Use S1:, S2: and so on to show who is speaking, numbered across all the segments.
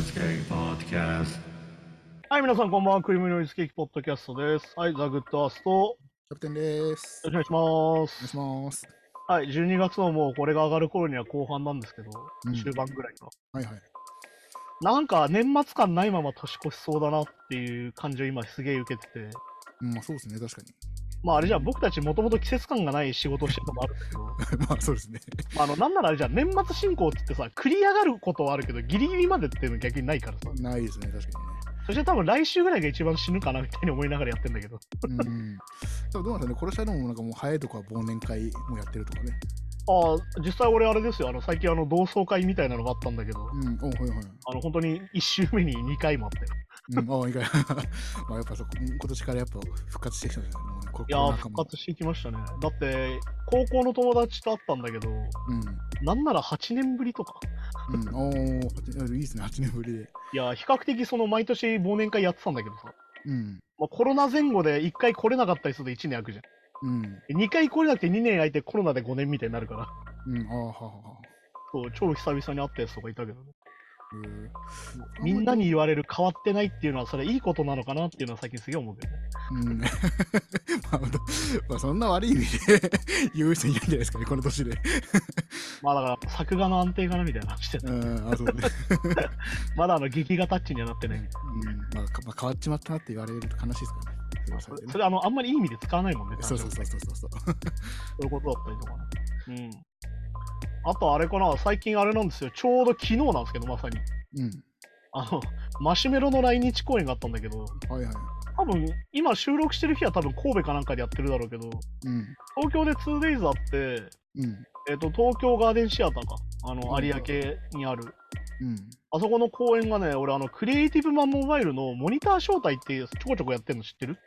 S1: Escape Podcast.
S2: はい、皆さんこんばんは。クリームノイズケーキポッドキャストです。はい、ザ・グッドアースト、よ
S3: キャプテンです。
S2: ろしくお
S3: お
S2: 願いします。
S3: 願いします。
S2: はい、12月のもうこれが上がる頃には後半なんですけど、
S3: うん
S2: 終盤ぐらいか
S3: はいはい。
S2: な。なんか年末感ないまま年越しそうだなっていう感じを今すげえ受けてて、
S3: うんまあそうですね、確かに。
S2: まああれじゃあ僕たちもともと季節感がない仕事をしてるのもあるんですけど、
S3: まあそうですね。
S2: まああのなんならあれじゃあ年末進行って言ってさ、繰り上がることはあるけど、ギリギリまでっていうの逆にないからさ、
S3: ないですね、確
S2: そして多分来週ぐらいが一番死ぬかなみたいに思いながらやってんだけど、
S3: かにね。うん。でもどうなんですかね、殺したのもなんかもう早いとこは忘年会もやってるとかね。
S2: ああ、実際俺あれですよ、あの最近あの同窓会みたいなのがあったんだけど、
S3: うん、おはいはい。
S2: あの本当に1周目に2回もあって、
S3: うん、ああ、意外。 まあやっぱそこ、今年からやっぱ復活してきたんじゃないもうねコ
S2: いや
S3: コロ
S2: ー、
S3: ナ禍
S2: 復
S3: も
S2: 活してきましたね。だって、高校の友達と会ったんだけど、なんなら8年ぶりとか、
S3: うん、うん。おーはちいいですね、8年ぶりで。
S2: いやー、比較的その毎年忘年会やってたんだけどさ、
S3: うん。
S2: まあ、コロナ前後で1回来れなかったりすると1年空くじゃ
S3: うん。
S2: ん。2回来れなくて2年空いてコロナで5年みたいになるから、
S3: うん、ああ、ははは。
S2: そう超久々に会ったやつとかいたけどね。
S3: へー
S2: みんなに言われる変わってないっていうのは、それいいことなのかなっていうのは最近すげえ思うけどね。
S3: うん、 まあ、まあ、そんな悪い意味で 言う人いないんじゃないですかね、この年で。
S2: まあだから、作画の安定かなみたいな話で、
S3: うん、あ、そうね。
S2: まだあの劇画タッチにはなってないみたい
S3: うんまあ、かまあ、変わっちまったなって言われると悲しいですからね。
S2: な。
S3: そ
S2: そうれそれあの、あんまりいい意味で使わないもんね。
S3: そうそうそうそうそう。
S2: そういうことだったりとかね。うん。あとあれかな、最近あれなんですよ、ちょうど昨日なんですけど、まさに。
S3: うん。
S2: あの、マシュメロの来日公演があったんだけど、
S3: はいはい。
S2: 多分、今収録してる日は多分神戸かなんかでやってるだろうけど、
S3: うん。
S2: 東京で 2days あって、
S3: うん。
S2: えっ、と、東京ガーデンシアターか、あの、
S3: うん
S2: 有明にある。
S3: うん。
S2: あそこの公演がね、俺、あの、クリエイティブマンモバイルのモニター招待っていうちょこちょこやってるの知ってる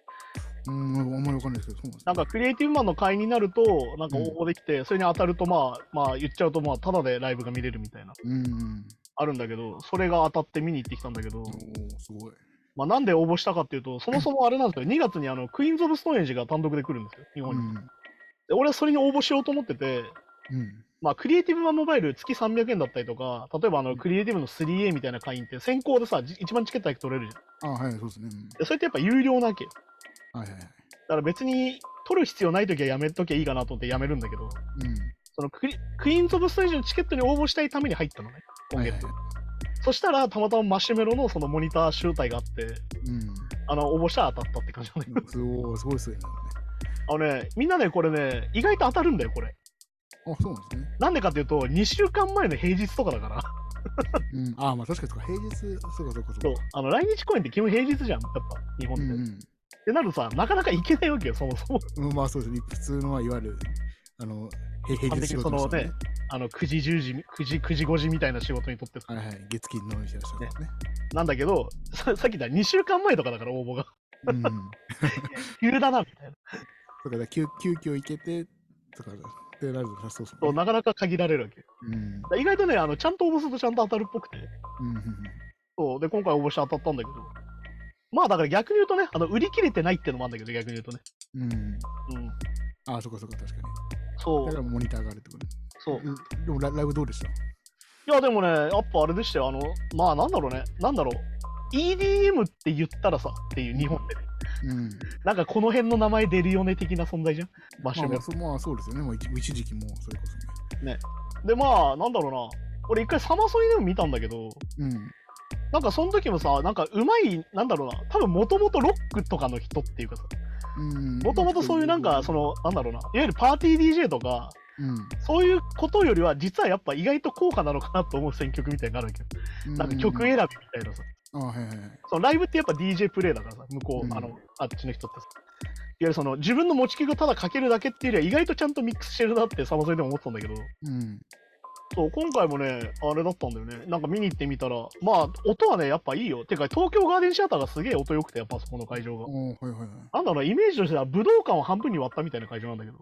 S3: うん、あんまりわかんないですけど、そうなんです
S2: な
S3: ね
S2: んかクリエイティブマンの会になると、なんか応募できて、それに当たると、まあ、まあ、言っちゃうと、まあ、ただでライブが見れるみたいな、
S3: うんうん。
S2: あるんだけど、それが当たって見に行ってきたんだけど、
S3: おーすごい。
S2: まあ、なんで応募したかっていう と、そもそもあれなんですよ、2月にあの、クイーンズ・オブ・ストーンエイジが単独で来るんですよ、日
S3: う
S2: 本に。
S3: ん。
S2: で俺はそれに応募しようと思ってて、
S3: うん。
S2: まあ、クリエイティブマンモバイル月300円だったりとか、例えばあの、クリエイティブの 3A みたいな会員って、先行でさ、じ一番チケットだけ取れるじゃん。
S3: あはい、そうですね。う
S2: でそれってやっぱ有料なわけよ。
S3: んはいはいはい。
S2: だから別に、取る必要ないときはやめときゃいいかなと思ってやめるんだけど、
S3: うん。
S2: そのクリクイーンズ・オブ・ステージのチケットに応募したいために入ったのね、今
S3: はい
S2: 月。
S3: はい。
S2: そしたら、たまたまマシュメロのそのモニター集大があって、
S3: うん。
S2: あの応募したら当たったって感じなんだけど、
S3: すごい、すごいですね。
S2: あのね、みんなね、これね、意外と当たるんだよ、これ。
S3: あ、そうなんですね。
S2: なんでかっていうと、2週間前の平日とかだから、
S3: うん。あ、まあ確かにそうか、平日、そうかそうか
S2: そ
S3: そううか。
S2: あの来日公演って基本平日じゃん、やっぱ、日本っ
S3: う
S2: て。
S3: ん
S2: ってなるとさ、なかなか行けないわけよ、そもそも。
S3: うん。まあそうですね。普通の、まあいわゆる、あの、へ平日仕事の人は
S2: 一般的にそのねあの9時、10時、9時、9時、5時みたいな仕事にとってさ
S3: はいはい、月金のみしてらっしゃるからね。
S2: なんだけど、ささっき言った2週間前とかだから、応募が。
S3: うん。
S2: 急だな、みたいな。
S3: そうか、だ急急遽行けて、とか、ってなると、そうそう、
S2: そうなかなか限られるわけ。
S3: うん。
S2: 意外とね、あのちゃんと応募するとちゃんと当たるっぽくて、
S3: うん。
S2: そうで今回応募して当たったんだけど、まあだから逆に言うとね、あの売り切れてないってのもあるんだけど、逆に言うとね。
S3: うん。うん
S2: うん、
S3: あ、そこそこ、確かに。
S2: そ
S3: だか
S2: う、
S3: らモニターがあるってことね。
S2: そう。
S3: うんでもラ、ライブどうでした
S2: いや、でもね、やっぱあれでしたよ、あの、まあなんだろうね、なんだろう、EDM って言ったらさっていう日本でね、
S3: うん。
S2: なんかこの辺の名前出るよね的な存在じゃん、マシ
S3: ま
S2: ュメ
S3: あ
S2: ロ
S3: まあ、。そうまあ、そうですよね。もう一一時期も、それこ
S2: で、まあなんだろうな、俺一回サマソニでも見たんだけど、
S3: そね。うん。
S2: なんかその時もさ、なんかうまい、なんだろうな、多分もともとロックとかの人っていうかさ、
S3: うん。
S2: もともとそういうなんか、そ
S3: の、
S2: の、なんだろうな、いわゆるパーティー DJ とか、
S3: うん。
S2: そういうことよりは、実はやっぱ意外と高価なのかなと思う選曲みたいになのあるわけど、なんか曲選びみたいなさ、
S3: あ、はいはいはい。
S2: そのライブってやっぱ DJ プレイだからさ、向こう、
S3: うん
S2: あの、あっちの人ってさ。いわゆるその自分の持ち曲をただかけるだけっていうよりは意外とちゃんとミックスしてるなってサマソニでも思ってたんだけど
S3: うん。
S2: そう今回もねあれだったんだよねなんか見に行ってみたらまあ音はねやっぱいいよてか東京ガーデンシアターがすげえ音良くてやっぱあそこの会場が
S3: おーはいはいはい。
S2: なんだろうなイメージとしては武道館を半分に割ったみたいな会場なんだけど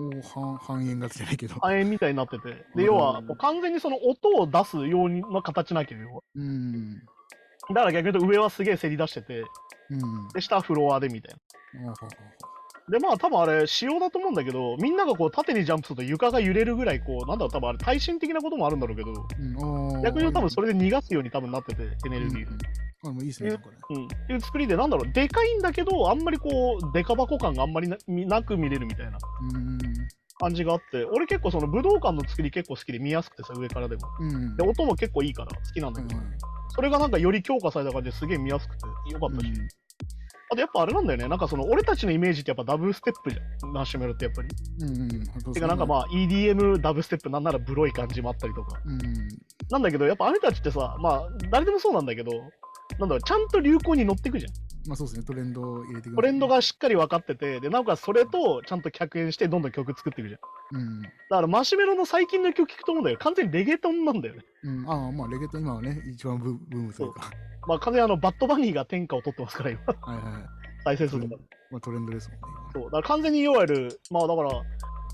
S3: おー半、半円勝ちじゃないけど。
S2: 半円みたいになってて、
S3: う
S2: で
S3: ん
S2: 要はもう完全にその音を出すような形なきゃよ。要は
S3: うん。
S2: だから逆に言うと上はすげえせり出してて、
S3: うん。
S2: で下はフロアでみたいな。
S3: あははは
S2: で、まあ、多分あれ、仕様だと思うんだけど、みんながこう、縦にジャンプすると床が揺れるぐらい、こう、なんだろう、多分あれ、耐震的なこともあるんだろうけど、
S3: うん、
S2: 逆に多分そ
S3: れ
S2: れで逃がすように多分なってて、エネルギー。
S3: あ、もういいですね、これ。
S2: うん。っていう作りで、なんだろう、でかいんだけど、あんまりこう、デカ箱感があんまりななく見れるみたいな
S3: うん。
S2: 感じがあって、俺結構その武道館の作り結構好きで見やすくてさ、上からでも。
S3: うん。
S2: で、音も結構いいから好きなんだけど、それがなんかより強化された感じですげえ見やすくてよかったし。あとやっぱあれなんだよね、なんかその俺たちのイメージってやっぱダブルステップじゃん、マシュメロってやっぱり。
S3: うん。
S2: てかなんか
S3: あ、
S2: まあ EDM ダブステップなんならブロい感じもあったりとか。
S3: うん。
S2: なんだけどやっぱあれたちってさ、まあ誰でもそうなんだけど、なんだろう、ちゃんと流行に乗ってくじゃん。
S3: まあそうですね、トレンドを入れていく。
S2: トレンド。がしっかり分かってて、で、なおかつそれとちゃんと客演してどんどん曲作っていくじゃん。
S3: うん。
S2: だからマシュメロの最近の曲聞くと思うんだけど、完全にレゲトンなんだよね。
S3: うん、ああ、まあ、レゲット今はね、一番ブブームというか、
S2: まあ完全にあのバッドバニーが天下を取ってますから今、
S3: はいはいはい。
S2: 再生数とか。
S3: まあ、トレンドですもんね、
S2: そうだから完全にいわゆるまあだから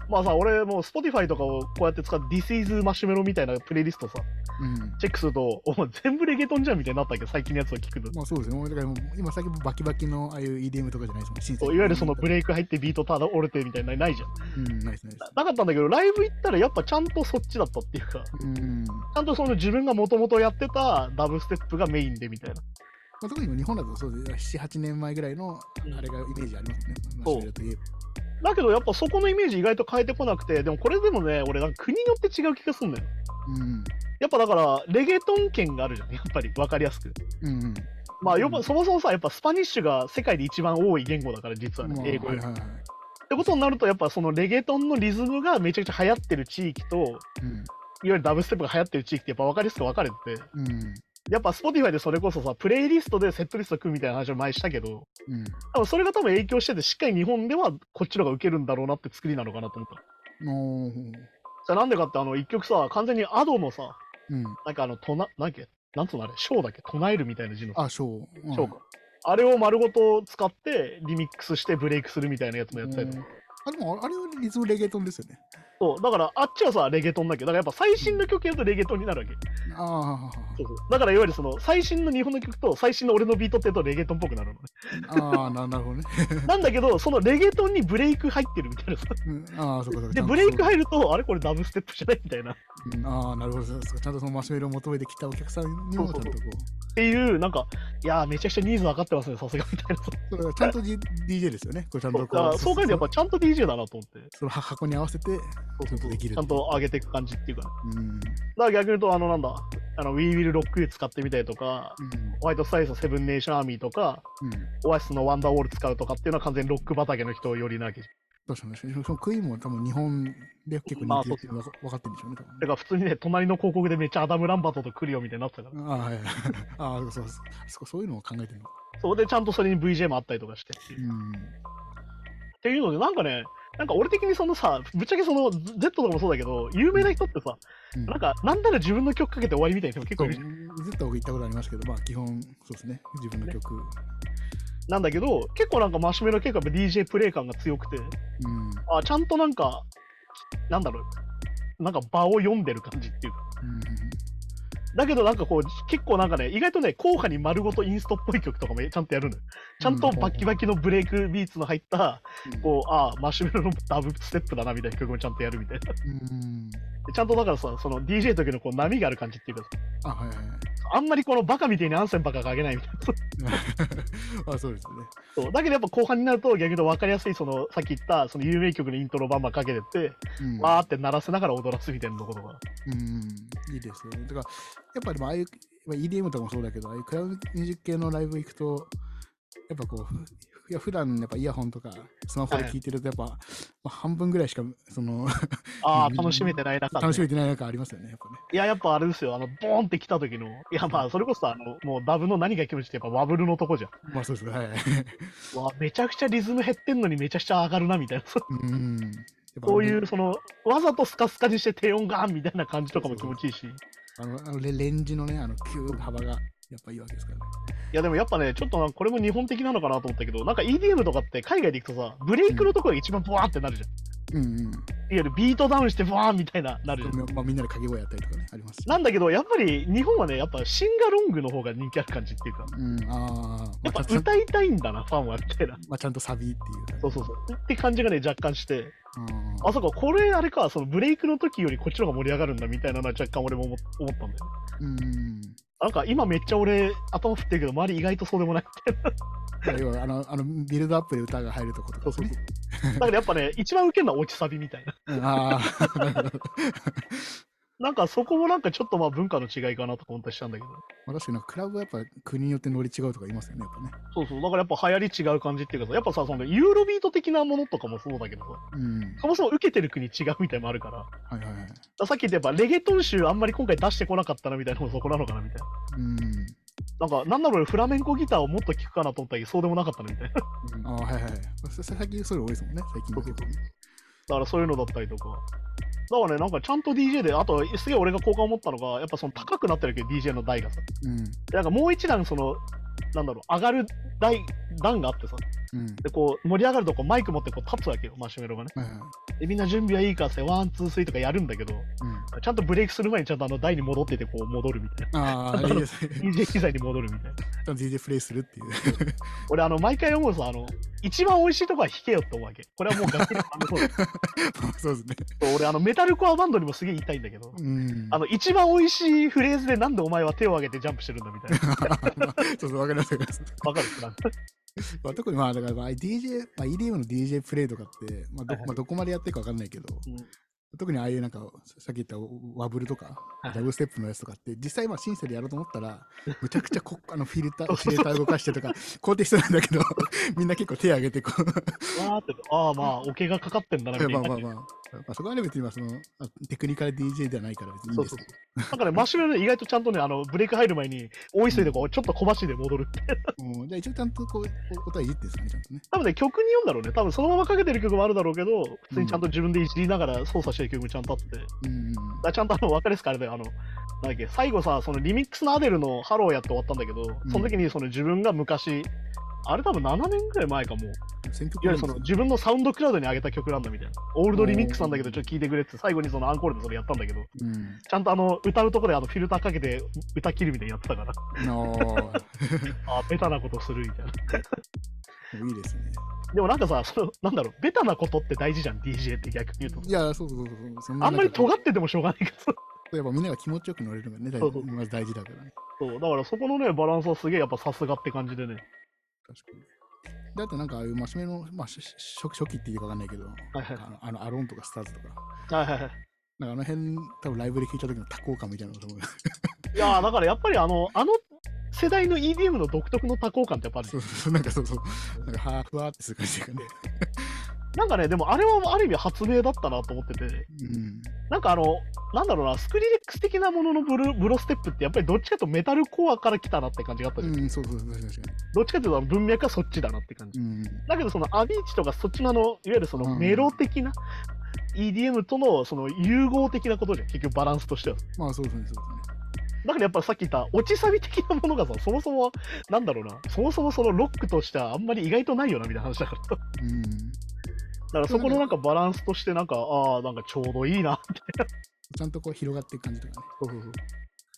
S2: まあさ俺もう Spotify とかをこうやって使って This is マシュメロみたいなプレイリストさ
S3: 今。うん。
S2: チェックするとお前全部レゲトンじゃんみたいになったけど最近のやつを聞くと。
S3: まあそうですね、もうだからもう今最近バキバキのああいう EDM とかじゃないですもん、シンセ
S2: そういわゆるそのブ
S3: レ
S2: レイク入ってビートただ折れてみたいなないじゃん
S3: うん、ないですね。
S2: なかったんだけどライブ行ったらやっぱちゃんとそっちだったっていうかち
S3: うん。ま
S2: ゃんとその自分がもともとやってたダブステップがメインでみたいな
S3: あ、特に日本だとそうです、7、8年前ぐらいのあれがイメージありますね。マシュメロといえば。
S2: だけどやっぱそこのイメージ意外と変えてこなくてでもこれでもね俺なんか国によって違う気がするんだよ
S3: うん。
S2: やっぱだからレゲトン圏があるじゃんやっぱり分かりやすく
S3: うん。
S2: まあ、
S3: うん
S2: よくそもそもさ、やっぱスパニッシュが世界で一番多い言語だから、実はね
S3: ま、あ
S2: 英語
S3: は
S2: よ
S3: い
S2: り。っ
S3: はいはい。
S2: てことになると、やっぱそのレゲトンのリズムがめちゃくちゃ流行ってる地域と、いわ
S3: うん。
S2: ゆるダブステップが流行ってる地域って、やっぱ分かりやすく分かれてて、
S3: うん。
S2: やっぱ Spotify でそれこそさ、プレイリストでセットリスト組むみたいな話を前にしたけど、
S3: うん。
S2: 多分それが多分影響してて、しっかり日本ではこっちの方がウケるんだろうなって作りなのかなと思った。
S3: も
S2: じゃあなんでかって、あの、一曲さ、完全にアドのさ、
S3: う、うん。
S2: なんかあの、とな、なんだっけ、なんつうのあれ、ショーだっけ、唱えるみたいな字の。
S3: あ、ショー。
S2: そうか。あれを丸ごと使ってリミックスしてブレイクするみたいなやつもやったりとか
S3: うんあ、でもあれはリズムレゲトンですよね。
S2: そうだからあっちはさレゲトンだけどだからやっぱ最新の曲やるとレゲトンになるわけ
S3: あ
S2: そうそうだからいわゆるその最新の日本の曲と最新の俺のビートってやるとレゲトンっぽくなるのね
S3: あ、ああ、ななるほどね。
S2: なんだけどそのレゲトンにブレイク入ってるみ たいなさ
S3: うんああ、そうかそうか。
S2: でブレイク入るとあれこれダブステップじゃないみたいなっ
S3: うんああ、なるほど。そうかちゃんとそのマシュメロを求めてきたお客さんにもち
S2: そう
S3: ゃ
S2: んそ
S3: と
S2: う
S3: こ。
S2: そうていうなんかいやーめちゃくちゃニーズ分かってますねさすがみたいなさ
S3: そうだからちゃんと、D、DJ ですよね。これちゃん
S2: そうだ
S3: とこ
S2: から
S3: う。
S2: そう考えるとやっぱちゃんと DJ だなと思って
S3: その箱に合わせて、ちゃんとできる。
S2: ちゃんと上げていく感じっていうかね
S3: うん。うん。
S2: だから逆に言うとあのなんだあの We Will Rock You 使ってみたりとかホワイトスタイルのセブンネーションアーミーとか
S3: うん。
S2: オアシスのワンダーウォール使うとかっていうのは完全にロック畑の人よりなわけじゃん
S3: 確かに確かに。そのクイーンも多分日本で結構人気っていうのは分かってるんでしょうね。多分
S2: だから普通にね、隣の広告でめっちゃアダム・ランバートと来るよみたいになってたから。
S3: ああ、はいはい。ああ、そうそうそうそう。そういうのを考えてるのか。
S2: そこでちゃんとそれに VJ もあったりとかしてっていう。
S3: うん。
S2: っていうので、なんかね、なんか俺的にそのさ、ぶっちゃけその Z とかもそうだけど、有名な人ってさ、
S3: うん
S2: なんか、なんなら自分の曲かけて終わりみたいな人も結
S3: そ、
S2: 構いうるじ
S3: ず
S2: ゃん。
S3: っと僕行ったことありますけど、まあ基本、そうですね。自分の曲。
S2: なんだけど、結構なんかマシュメロ結構やっぱ DJ プレイ感が強くて、
S3: うん。うん
S2: あ、ちゃんとなんか、なんだろう、なんか場を読んでる感じっていうか。だけどなんかこう、結構なんかね、意外とね、硬派に丸ごとインストっぽい曲とかもちゃんとやるのよ。ちゃんとバキバキのブレイクビーツの入った、
S3: うん
S2: こう、ああ、マシュメロのダブステップだなみたいな曲もちゃんとやるみたいな。
S3: うん。
S2: ちゃんとだからさ、その DJ の時のこう波がある感じっていうか、
S3: あ、はいはいはい。
S2: あんまりこのバカみたいにアンセンばっかかけないみたいな。
S3: あそうですね。
S2: そうだけどやっぱ後半になると逆に分かりやすい、そのさっき言った、その有名曲のイントロバンバンかけてって、
S3: うん、
S2: わーって鳴らせながら踊らすみたいなところが。
S3: うん、いいですよね。だから、やっぱりああいう、まあ、EDM とかもそうだけど、ああいうクラウドミュージック系のライブ行くと、やっぱこう、ふいや普段やっぱイヤホンとかスマホで
S2: はい
S3: 聞いてると、やっぱ、まあ、半分ぐらいしか、その、
S2: ああ、
S3: うん
S2: 楽しめてないな感
S3: 楽し
S2: じ。
S3: めてないなんかありますよね、やっぱね。
S2: いや、やっぱあれですよ、あの、ボーンって来た時の、いや、まあ、それこそさあの、もうダブの何が気持ちいいってやっぱワブルのとこじゃん。
S3: まあそうですね、はい。
S2: わあめちゃくちゃリズム減ってんのにめちゃくちゃ上がるなみたいな。
S3: うん。やっぱ
S2: こういう、その、わざとスカスカにして低音ガーンみたいな感じとかも気持ちいいし。
S3: あの、あのレレンジのね、あの、キューブ幅が、ややっぱいいわけですからね。
S2: いやでもやっぱね、ちょっとなんかこれも日本的なのかなと思ったけど、なんか EDM とかって海外で行くとさ、ブレイクのところが一番ブワーってなるじゃん。
S3: うんうん。
S2: いわゆるビートダウンしてブワーみたいな、なるじゃん。
S3: まあ、みんなで掛け声やったりとかね、ありますし。
S2: なんだけど、やっぱり日本はね、やっぱシンガロングの方が人気ある感じっていうか、
S3: うん、ああ、
S2: や
S3: ま
S2: っ
S3: あ、
S2: ぱ
S3: ちゃん
S2: 歌いたいんだな、ファンはみたいな。
S3: まあ、ちゃんとサビっていう感じ。
S2: そうそうそう。って感じがね、若干して、
S3: うん
S2: あ、そうか、これあれか、そのブレイクの時よりこっちの方が盛り上がるんだみたいなのは若干俺も思思ったんだよね。
S3: うん。
S2: なんか今めっちゃ俺頭振ってるけど、周り意外とそうでもないみたいな。
S3: まあ要はあの、あの、ビルドアップで歌が入るとことか、ね。
S2: そうそうだからやっぱね、一番ウケるのは落ちサビみたいな。
S3: うんああ、なるほど
S2: なんかそこもなんかちょっとまあ文化の違いかなとか思ったりしたんだけど。
S3: まあ、確かにクラブはやっぱ国によってノリ違うとか言いますよね、やっぱね。
S2: そうそう、だからやっぱ流行り違う感じっていうかさ、やっぱさ、そのユーロビート的なものとかもそうだけどさ、
S3: うん。
S2: そもそも受けてる国違うみたいもあるから、だか
S3: はいはいはい。
S2: らさっき言ったやっぱレゲトン集あんまり今回出してこなかったなみたいなのもそこなのかなみたいな。
S3: うん。
S2: なんか、なんだろう、フラメンコギターをもっと聴くかなと思ったけど、そうでもなかったなみたいな。だ
S3: ああ、はいはいはい。さ最近それ多いですもんね、最近の結構ね。
S2: からそういうのだったりとか。だからね、なんかちゃんと DJ で、あとすげえ俺が好感を持ったのが、やっぱその高くなってるけど、DJ の台がさ。
S3: う
S2: なんかもう一段その、なんだろう、上がる台、段があってさ。
S3: ん。うん。
S2: で、こう、盛り上がるとこうマイク持ってこう立つわけよ、マシュメロがね。
S3: はいはい。
S2: で、みんな準備はいいからさ、ワン、ツー、スリーとかやるんだけど、
S3: うん。
S2: ちゃんとブレイクする前にちゃんとあの台に戻ってて、こう戻るみたい
S3: ああ、いいですね。
S2: な。DJ 機材に戻るみたいな。
S3: ちゃんと DJ プレイするっていう。
S2: 俺、あの、毎回思うさ、あの、一番美味しいとこは弾けよって思うわけ。これはもう楽器の反 応だ
S3: まあそうですね。
S2: そう俺あのメタルコアバンドにもすげえ言いたいんだけど、
S3: うん。
S2: あの一番美味しいフレーズでなんでお前は手を挙げてジャンプしてるんだみたい な
S3: そうそう、わかりますわかります。
S2: わかるなんか
S3: まあ、特にまあ、だから、まあ、DJ、まあ、EDM の DJ プレイとかって、まあ
S2: は
S3: ど
S2: いはい
S3: まあ、どこまでやってるかわかんないけど、
S2: うん
S3: 特にああいうなんか、さっき言ったワブルとか、
S2: はい
S3: ダブルステップのやつとかって、実際まあシンセでやろうと思ったら、むちゃくちゃこあのフィルタ
S2: そう
S3: ー、
S2: そ
S3: フ
S2: う
S3: ィ
S2: そう
S3: ルター動かしてとか、肯定してたん だけど、みんな結構手上げてこう、
S2: わーってああまあおけがかかってんだなみたい
S3: まあ
S2: な、
S3: まあまあ、まあ、そこはね別にまあそのあテクニカル DJ ではないから別にい
S2: そ
S3: いん
S2: う
S3: で
S2: そ
S3: す
S2: う
S3: けど。
S2: そうだからマシュメロね意外とちゃんとねあのブレイク入る前に大急いでこうちょっと小走りで戻るって
S3: うんじゃあ一応ちゃんとこう、お答えいじってですね、ちゃんとね。
S2: 多分ね曲によんだろうね多分そのままかけてる曲もあるだろうけど普通にちゃんと自分でいじりながら操作してる曲もちゃんとあって、だか
S3: うん。
S2: らちゃんとあの分かりやすくあれだよあのなんだっけ最後さそのリミックスのアデルの「ハロー」やって終わったんだけどその時にその自分が昔あれ多分7年ぐらい前かもう
S3: 選曲
S2: いわゆるその自分のサウンドクラウドに上げた曲なんだみたいな。オールドリミックスなんだけど、ちょっと聴いてくれって、最後にそのアンコールでそれやったんだけど、
S3: うん。
S2: ちゃんとあの歌うとこであのフィルターかけて歌切るみたいにやってたから、
S3: あ
S2: あーベタなことするみたいな。
S3: あ、いいですね。
S2: でもなんかさ、そのなんだろう、ベタなことって大事じゃん、DJ って逆に言う
S3: い
S2: と。
S3: や、そうそうそうそう。そな
S2: あんまり
S3: 中で
S2: 尖っててもしょうがないけど。
S3: やっぱみんなが気持ちよく乗れるのがね、大
S2: そうそう
S3: まず大事だからね。
S2: そう、だからそこのね、バランスはすげえやっぱさすがって感じでね。
S3: 確かに。だってなんかああいうマシュメロ、まあ、しし初初期っていうかわかんないけど、
S2: はいはい
S3: あのあのアローンとかスターズとか、
S2: はいはいはい。
S3: なんかあの辺、多分ライブで聴いた時の多幸感みたいな のが多分
S2: いやーだからやっぱりあの、あの世代の EDM の独特の多幸感ってやっぱある
S3: そうそうそう、なんかそうそう、なんかはーふわーってする感じがね。
S2: なんかね、でもあれはある意味発明だったなと思ってて。
S3: うん。
S2: なんかあの、なんだろうな、スクリレックス的なもののブルブロステップって、やっぱりどっちかというとメタルコアから来たなって感じがあったじゃん。
S3: うん、そうそうそう、確かに確か
S2: どっちかというと文脈はそっちだなって感じ。
S3: に。うん。
S2: だけど、そのアビーチとか、そっちのあの、いわゆるそのメロ的な EDM とのその融合的なことじゃん、結局バランスとしては。
S3: まあそうですね、そうですね。
S2: だからやっぱりさっき言った、落ちサビ的なものがさ、そもそも、なんだろうな、そもそもそのロックとしてはあんまり意外とないよなみたいな話だから。だ
S3: うん。
S2: からそこのなんかバランスとして、なんか、ああ、なんかちょうどいいな
S3: ちゃんとこう広がっていく感じとかね。
S2: そうそうそう。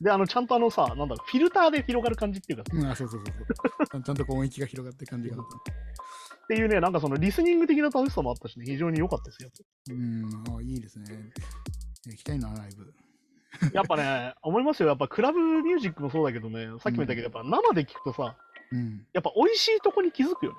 S2: で、あの、ちゃんとあのさ、なんだろう、フィルターで広がる感じっていうか、
S3: うん、あ、そうそうそうそうちゃん。ちゃんとこう音域が広がっていく感じが。
S2: っていうね、なんかそのリスニング的な楽しさもあったしね、非常に良かったですよ。
S3: うん、あいいですね。いや行きたいな、ライブ。
S2: やっぱね、思いますよ、やっぱクラブミュージックもそうだけどね、さっきも言ったけど、やっぱ生で聞くとさ、
S3: うん。
S2: やっぱ美味しいとこに気づくよね。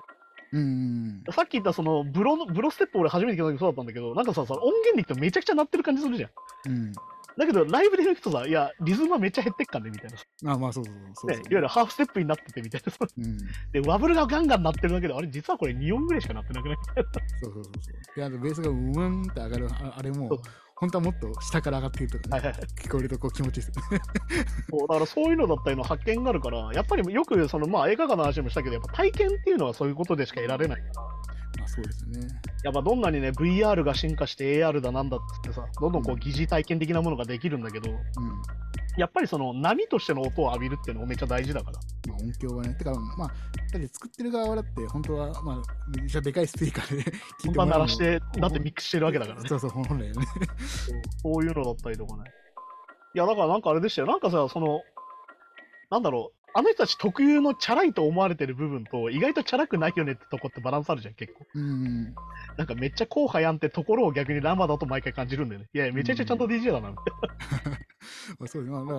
S3: うん。
S2: さっき言ったそのブロの、ブロステップ俺初めて聞いた時そうだったんだけど、なんかさ、その音源で聞くとめちゃくちゃ鳴ってる感じするじゃん。
S3: うん。
S2: だけどライブで聞くとさ、いや、リズムはめっちゃ減ってっかんね、みたいな。
S3: あ、まあそうそうそう。そう
S2: ね、い
S3: そう
S2: わゆるハーフステップになっててみたいな。
S3: うん。
S2: で、ワブルがガンガン鳴ってるだけで、あれ実はこれ2音ぐらいしか鳴ってなくない
S3: そうそうそうそう。で、あとベースがうーんって上がる、ああれ
S2: そ
S3: も
S2: う、
S3: 本当はもっと下から上がっているとか
S2: はい
S3: ね、
S2: はいはい。
S3: 聞こえるとこう気持ちいいです。
S2: そうだからそういうのだったりの発見があるから、やっぱりよくその、まあ、映画館の話もしたけど、やっぱ体験っていうのはそういうことでしか得られない。
S3: まあそうですね。
S2: やっぱどんなにね、VR が進化して AR だなんだっつってさ、どんどんこう疑似体験的なものができるんだけど、
S3: うん。
S2: やっぱりその波としての音を浴びるっていうのもめっちゃ大事だから。
S3: まあ、音響はね。てか、まあ、だって作ってる側だって、本当は、まあ、めっちゃでかいスピーカーで 聞
S2: 本
S3: い
S2: 当
S3: ても
S2: は
S3: ら
S2: 鳴
S3: うの
S2: らして、だってミックスしてるわけだからね。
S3: そうそう、本来はね。
S2: そういうのだったりとかね。いや、だからなんかあれでしたよ。なんかさ、その、なんだろう。あの人たち特有のチャラいと思われてる部分と、意外とチャラくないよねってとこってバランスあるじゃん、結構。
S3: うん。
S2: なんかめっちゃ硬派やんってところを逆にラマだと毎回感じるんだよね。いやいや、めちゃくちゃちゃんと DJ だな、みたい
S3: まあ、そうです。まあ、まあ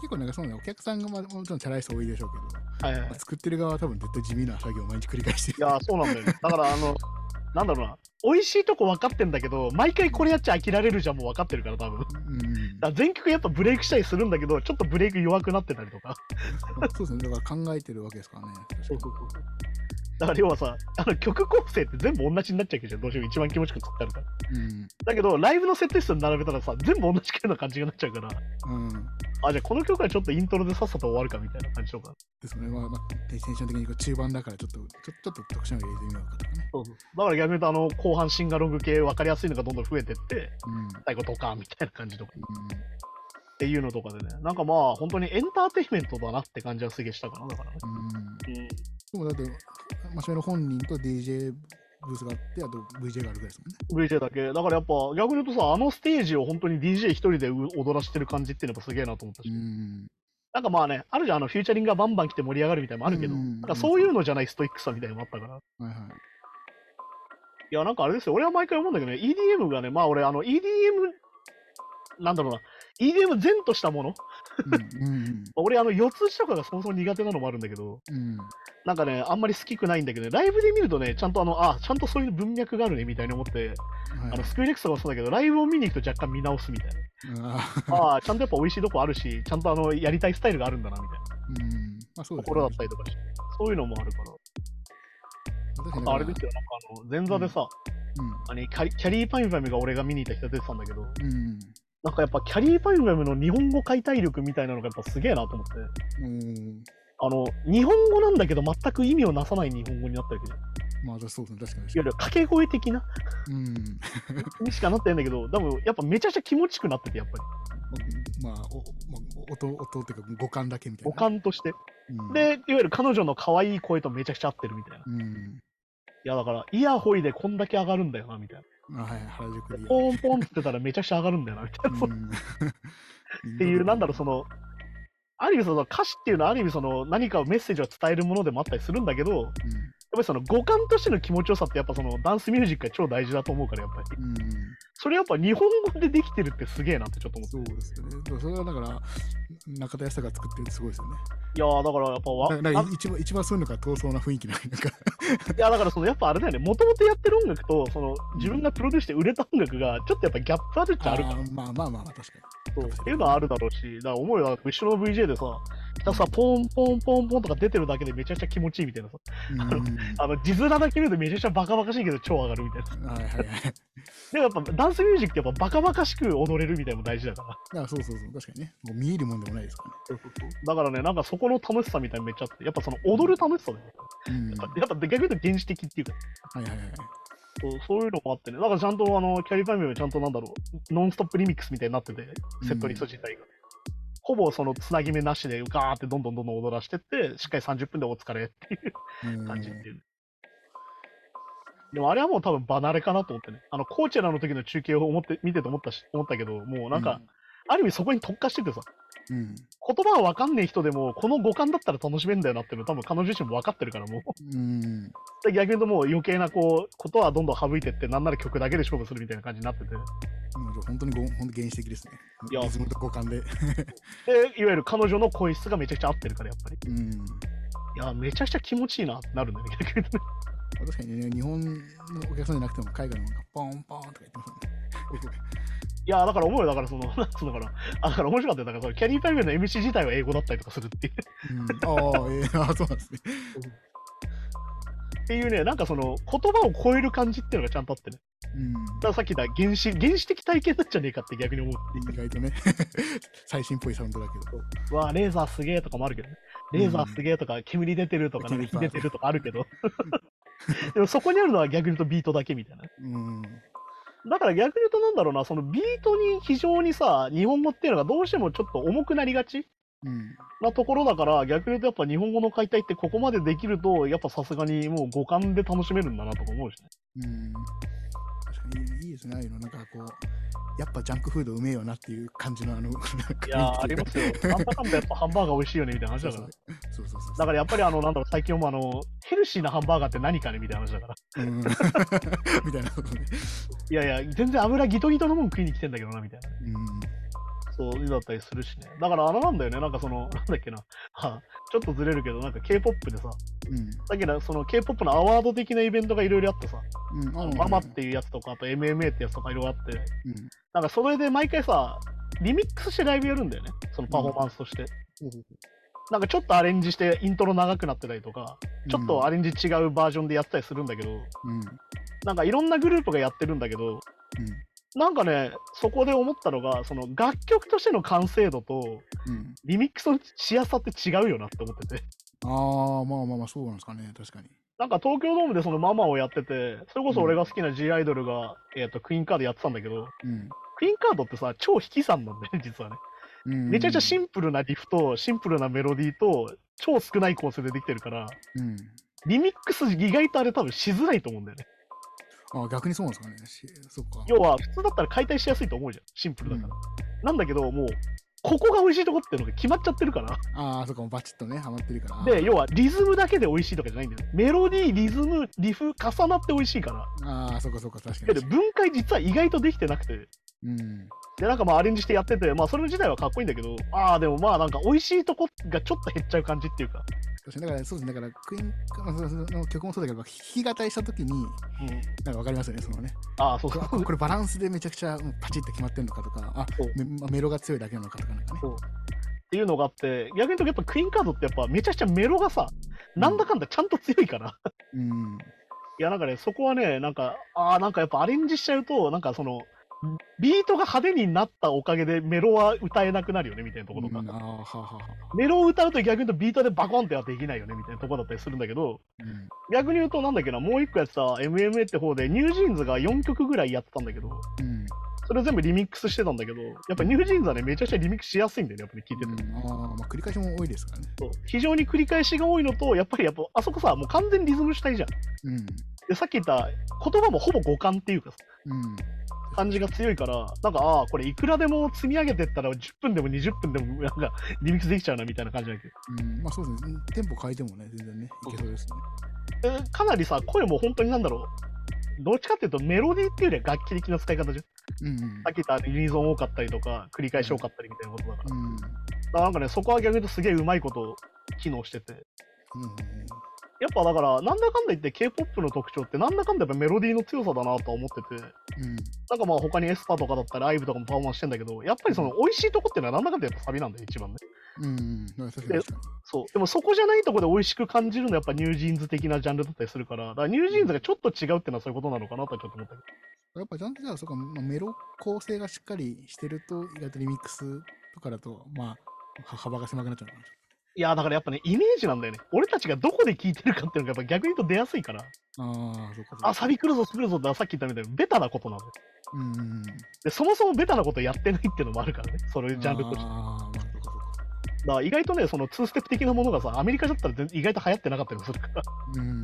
S3: 結構なんかそうね、お客さんが、まあ、もちろんチャラい人多いでしょうけ
S2: な。
S3: ど、
S2: はいはい
S3: まあ、作ってる側は多分絶対地味な作業を毎日繰り返してる。
S2: いや、そうなんだよ、ね。だから、あの、なんだろうな。美味しいとこ分かってんだけど、毎回これやっちゃ飽きられるじゃん、もう分かってるから、多分。だか
S3: うん。
S2: ら全曲やっぱブレイクしたりするんだけど、ちょっとブレイク弱くなってたりとか。
S3: まあそうですね。だから考えてるわけですからね。
S2: そうそうそう。だから要はさ、あの曲構成って全部同じになっちゃうわけじゃん、どうしても一番気持ちよく作ってあるから。
S3: うん。
S2: だけど、ライブのセットリストに並べたらさ、全部同じくらいの感じになっちゃうから、
S3: うん。
S2: あ、じゃあこの曲はちょっとイントロでさっさと終わるかみたいな感じとか。
S3: ですね。まあ、まあ、テンション的にこう中盤だからちょっと、ちょちょっと特殊なの入れてみようかとかね。
S2: そうそうだから逆に言うと、あの、後半シンガロング系分かりやすいのがどんどん増えてって、
S3: うん。
S2: 最後ドカーンみたいな感じとか。っていうのとかでね、なんかまあ、本当にエンターテインメントだなって感じはすげえしたかな、だからね。
S3: うん。うん。
S2: うん、
S3: でもだって、マシュメロ本人と DJ ブースがあって、あと VJ があるぐらいですもんね。
S2: VJ だけ。だからやっぱ、逆に言うとさ、あのステージを本当に DJ 一人で踊らしてる感じっていうのがすげえなと思ったし、
S3: うん。
S2: なんかまあね、あるじゃん、あの、フューチャリングがバンバン来て盛り上がるみたいなのもあるけど、
S3: うん
S2: なんかそういうのじゃないストイックさみたいなのもあったから。
S3: はいはい。
S2: いや、なんかあれですよ、俺は毎回思うんだけどね、EDM がね、まあ俺、あの、EDM、なんだろうな、EDM 前としたもの
S3: うん。うん
S2: 俺、あの、四つ打ちとかがそもそも苦手なのもあるんだけど、
S3: うん。
S2: なんかね、あんまり好きくないんだけどね、ライブで見るとね、ちゃんとあの、あ、ちゃんとそういう文脈があるね、みたいに思って、
S3: はい
S2: あの、スクリーネックスとかもそうだけど、ライブを見に行くと若干見直すみたいな。
S3: あー
S2: ああ、ちゃんとやっぱ美味しいとこあるし、ちゃんとあの、やりたいスタイルがあるんだな、みたいな。
S3: うん。まあそうです
S2: 心だったりとかして。そういうのもあるから。あとあれです
S3: よ。
S2: よ、なんかあの、前座でさ、あれキャリキャリーパインパイムが俺が見に行った人出てたんだけど、
S3: うん。うん。
S2: なんかやっぱキャリーパインパイムの日本語解体力みたいなのがやっぱすげえなと思って。
S3: うん。
S2: あの、日本語なんだけど全く意味をなさない日本語になったわけじゃん。いわ
S3: まあそうですね。確かに
S2: ゆる掛け声的な
S3: 確かに。うん。
S2: にしかなってないんだけど、多分やっぱめちゃくちゃ気持ちよくなってて、やっぱり。
S3: まあ、おまあ、音、音っていうか五感だけみたい
S2: 五
S3: な。
S2: 感として。
S3: うん、
S2: で、いわゆる彼女の可愛い声とめちゃくちゃ合ってるみたいな。い
S3: うん。
S2: や、だから、イヤホイでこんだけ上がるんだよな、みたい
S3: あはい、原宿
S2: な。
S3: で。
S2: でポンポンって言ってたらめちゃくちゃ上がるんだよな、みたいな。
S3: う
S2: っ
S3: ん
S2: ていう、なんだろう、
S3: う、
S2: その、ある意味その歌詞っていうのはある意味その何かをメッセージを伝えるものでもあったりするんだけど、やっぱりその五感としての気持ちよさってやっぱそのダンスミュージックが超大事だと思うから、やっぱり。
S3: うん。うん
S2: それやっぱ日本語でできてるってすげえなってちょっと思って。
S3: そうですよね。だからそれはだから、中田康が作ってるってすごいですよね。
S2: いやーだからやっぱわ、
S3: ななん
S2: あ
S3: か一番一番そういうのが遠そうな雰囲気の、なんか、
S2: いやだからそのやっぱあれだよね、もともとやってる音楽とその自分がプロデュースして売れた音楽がちょっとやっぱギャップあるっちゃ あるから
S3: あーまあまあまあ、確か
S2: そうっていうのはあるだろうし、だから思うよ、後ろの VJ でさ、ひたすらポンポンポンポンとか出てるだけでめちゃくちゃ気持ちいいみたいなさ、
S3: に。うん。
S2: あの、字面だけ見るとめちゃくちゃバカバカしいけど超上がるみたいな。
S3: はいはいはい。
S2: でもやっぱダンスミュージックってやっぱバカバカしく踊れるみたいなのも大事だから。
S3: いやそうそうそう、確かにね。もう見えるもんでもないですか
S2: だからね、なんかそこの楽しさみたいなのめっちゃあって、やっぱその踊る楽しさだよ。
S3: らね。うん。
S2: やっ
S3: は
S2: ぱやっぱ逆に言うと原始的っていうか、
S3: いはいはい。
S2: そうそういうのもあってね、だからちゃんとあの、キャリーパイムはちゃんとなんだろう、ノンストップリミックスみたいになってて、セットリスト自体が。ほぼそのつなぎ目なしでガーってどんどんどんどん踊らしてって、しっかり30分でお疲れっていう
S3: うん
S2: 感じっていう。でもあれはもう多分離れかなと思ってね。あの、コーチェラの時の中継を思って見てて思ったし、思ったけど、もうなんか、、ある意味そこに特化しててさ、
S3: うん。うん
S2: 言葉は分かんねえ人でも、この五感だったら楽しめんだよなっていうの多分彼女自身も分かってるからもう。
S3: うん。
S2: で逆に言うともう余計なこう、ことはどんどん省いてって、なんなら曲だけで勝負するみたいな感じになってて。
S3: もう本当にご本当原始的ですね。
S2: いや
S3: リズムと五感で。
S2: で、いわゆる彼女の声質がめちゃくちゃ合ってるから、やっぱり。
S3: うん。
S2: いや、めちゃくちゃ気持ちいいなってなるんだよね、 逆に言うとね。
S3: 確かにね、日本のお客さんじゃなくても海外のなんかポンポンとか言ってますもんね。
S2: いや、だから思うよ、だからその、なんつうのかな。あ、だから面白かったよ。だからその、キャリータイムの MC 自体は英語だったりとかするっていう。
S3: うん、ああ、ええああそうなんですね。
S2: っていうね、なんかその言葉を超える感じっていうのがちゃんとあってね。だからさっき言った原始、原始的体験なんじゃねえかって逆に思う。
S3: うん、意外とね、 最新っぽいサウンドだけど。
S2: うわあレーザーすげえとかもあるけどね。レーザーすげえとか、煙出てるとか、なんか火出て るとかあるけど。でもそこにあるのは逆に言うとビートだけみたいな。
S3: うん。
S2: だから逆に言うとなんだろうな、そのビートに非常にさ、日本語っていうのがどうしてもちょっと重くなりがち
S3: うん。
S2: なところだから、逆に言うとやっぱ日本語の解体ってここまでできると、やっぱさすがにもう五感で楽しめるんだなとか思うしね。
S3: うん。確かにいいですね、ああいうの。なんかこう、やっぱジャンクフードうめえよなっていう感じのあ の、なんか
S2: いやー、あり
S3: 雰囲気
S2: ま
S3: と
S2: すよ。 なんだかんだやっぱハンバーガー美味しいよねみたいな話だ
S3: そう
S2: か
S3: そ
S2: ら
S3: う。そうそうそう。
S2: だからやっぱりあの、なんだろう、最近もあの、ヘルシーなハンバーガーって何かねみたいな話だから。
S3: うん みたいなことね。
S2: いやいや、全然油ギトギトのもん食いに来てんだけどな、みたいな。
S3: うん。
S2: そう、だったりするしね。だからあれなんだよね、なんかその、 なんだっけな、はちょっとずれるけど、なんか K-POP でさ、
S3: うん。
S2: だけどその K-POP のアワード的なイベントがいろいろあってさ、
S3: うん、
S2: あのママっていうやつとか、あと MMA ってやつとかいろいろあって、
S3: うん。
S2: なんかそれで毎回さ、リミックスしてライブやるんだよね、そのパフォーマンスとして。なんかちょっとアレンジしてイントロ長くなってたりとか、ちょっとアレンジ違うバージョンでやってたりするんだけど、
S3: うん。うん。
S2: なんかいろんなグループがやってるんだけど、なんかね、そこで思ったのが、その楽曲としての完成度と、
S3: うん。
S2: リミックスのしやすさって違うよなって思ってて。
S3: ああ、まあまあまあ、そうなんですかね、確かに。
S2: なんか東京ドームでそのママをやってて、それこそ俺が好きな G アイドルが、えっ、と、クイーンカードやってたんだけど、
S3: うん。
S2: クイーンカードってさ、超引き算なんだよね、実はね。
S3: うん
S2: めちゃめちゃシンプルなリフと、シンプルなメロディーと、超少ない構成でできてるから、
S3: うん。
S2: リミックス意外とあれ多分しづらいと思うんだよね。
S3: ああ、逆にそうなんですかね。しそっか。
S2: 要は、普通だったら解体しやすいと思うじゃん、シンプルだから。なんだけど、もう、ここが美味しいとこっていうのが決まっちゃってるから。
S3: ああ、そっか、もうバチッとね、ハマってるから。
S2: で、要はリズムだけで美味しいとかじゃないんだよね。メロディー、リズム、リフ重なって美味しいから。
S3: ああ、そっかそっか、確か
S2: けど
S3: に。
S2: 分解実は意外とできてなくて。
S3: うん。
S2: で、なんかまあアレンジしてやってて、まあそれ自体はかっこいいんだけど、ああ、でもまあなんか美味しいとこがちょっと減っちゃう感じっていうか。
S3: 確かにだから、そうですね、だから、クイーンあのその曲もそうだけど、弾き語りしたときに、
S2: うん、
S3: なんかわかりますよね、そのね。
S2: ああ、そうそ
S3: あ
S2: う。
S3: ここれバランスでめちゃくちゃもうパチッと決まってるのかとか、あ
S2: そう
S3: メメロが強いだけなのかとか、なんかね。
S2: そうっていうのがあって、逆に言うとやっぱクイーンカードってやっぱめちゃくちゃメロがさ、なんだかんだちゃんと強いから。
S3: うん。
S2: いやなんかね、そこはね、なんか、ああ、なんかやっぱアレンジしちゃうと、なんかその、ビートが派手になったおかげでメロは歌えなくなるよねみたいなところが。
S3: うんああ、はあはあはあ。
S2: メロを歌うと逆に言うとビートでバコンってはできないよねみたいなとこだったりするんだけど
S3: うん。
S2: 逆に言うとなんだっけなもう一個やってた MMA って方でニュージーンズが4曲ぐらいやってたんだけど
S3: うん。
S2: それ全部リミックスしてたんだけどやっぱニュージーンズはねめちゃくちゃリミックスしやすいんだよねやっぱり聞いてて、
S3: うん、ああ、まあ、繰り返しも多いですからね。
S2: そう非常に繰り返しが多いのとやっぱりやっぱあそこさもう完全にリズム主体じゃん
S3: うん。
S2: でさっき言った言葉もほぼ五感っていうかさ
S3: うん。
S2: 感じが強いからなんかああこれいくらでも積み上げてったら10分でも20分でもなんかリミックスできちゃうなみたいな感じだけど
S3: うん、まあそうですね。テンポ変えてもね、全然ね、いけそうですね。
S2: えーかなりさ声も本当になんだろうどっちかっていうとメロディーっていうよりは楽器的な使い方じゃんさ
S3: うん、うん
S2: っき言ったユニゾン多かったりとか繰り返し多かったりみたいなことだから,、
S3: うん。うん。
S2: なんかねそこは逆に言うとすげえうまいこと機能してて
S3: うん
S2: やっぱだからなんだかんだ言って k p o p の特徴ってなんだかんだやっぱメロディーの強さだなとは思ってて
S3: うん。
S2: なんかまあ他にエスパーとかだったらアイブとかもパフォーマンスしてんだけどやっぱりその美味しいとこっていうのはなんだかんだやっぱサビなんだよ一番ね
S3: うん。うん。まあ確かに確か
S2: そうでもそこじゃないとこで美味しく感じるのはやっぱニュージーンズ的なジャンルだったりするからだからニュージーンズがちょっと違うっていうのはそういうことなのかなとはちょっと思ったけど
S3: に。やっぱちゃんとじゃあ、そうか、まあ、メロ構成がしっかりしてると、意外とリミックスとかだと、まあ、は幅が狭くなっちゃうのか
S2: いやだからやっぱねイメージなんだよね俺たちがどこで聞いてるかっていうのがやっぱ逆に言うと出やすいから
S3: な。ああ、そうかそうか。
S2: あサビ来るぞ来るぞってさっき言ったみたいにベタなことなのよ
S3: うんうん。
S2: でそもそもベタなことやってないっていうのもあるからねそういううんジャンルとしてだ
S3: あ
S2: か
S3: あ、まあ、そうかそうから
S2: 意外とねその2ステップ的なものがさアメリカだったら全意外と流行ってなかったりもするから
S3: うん。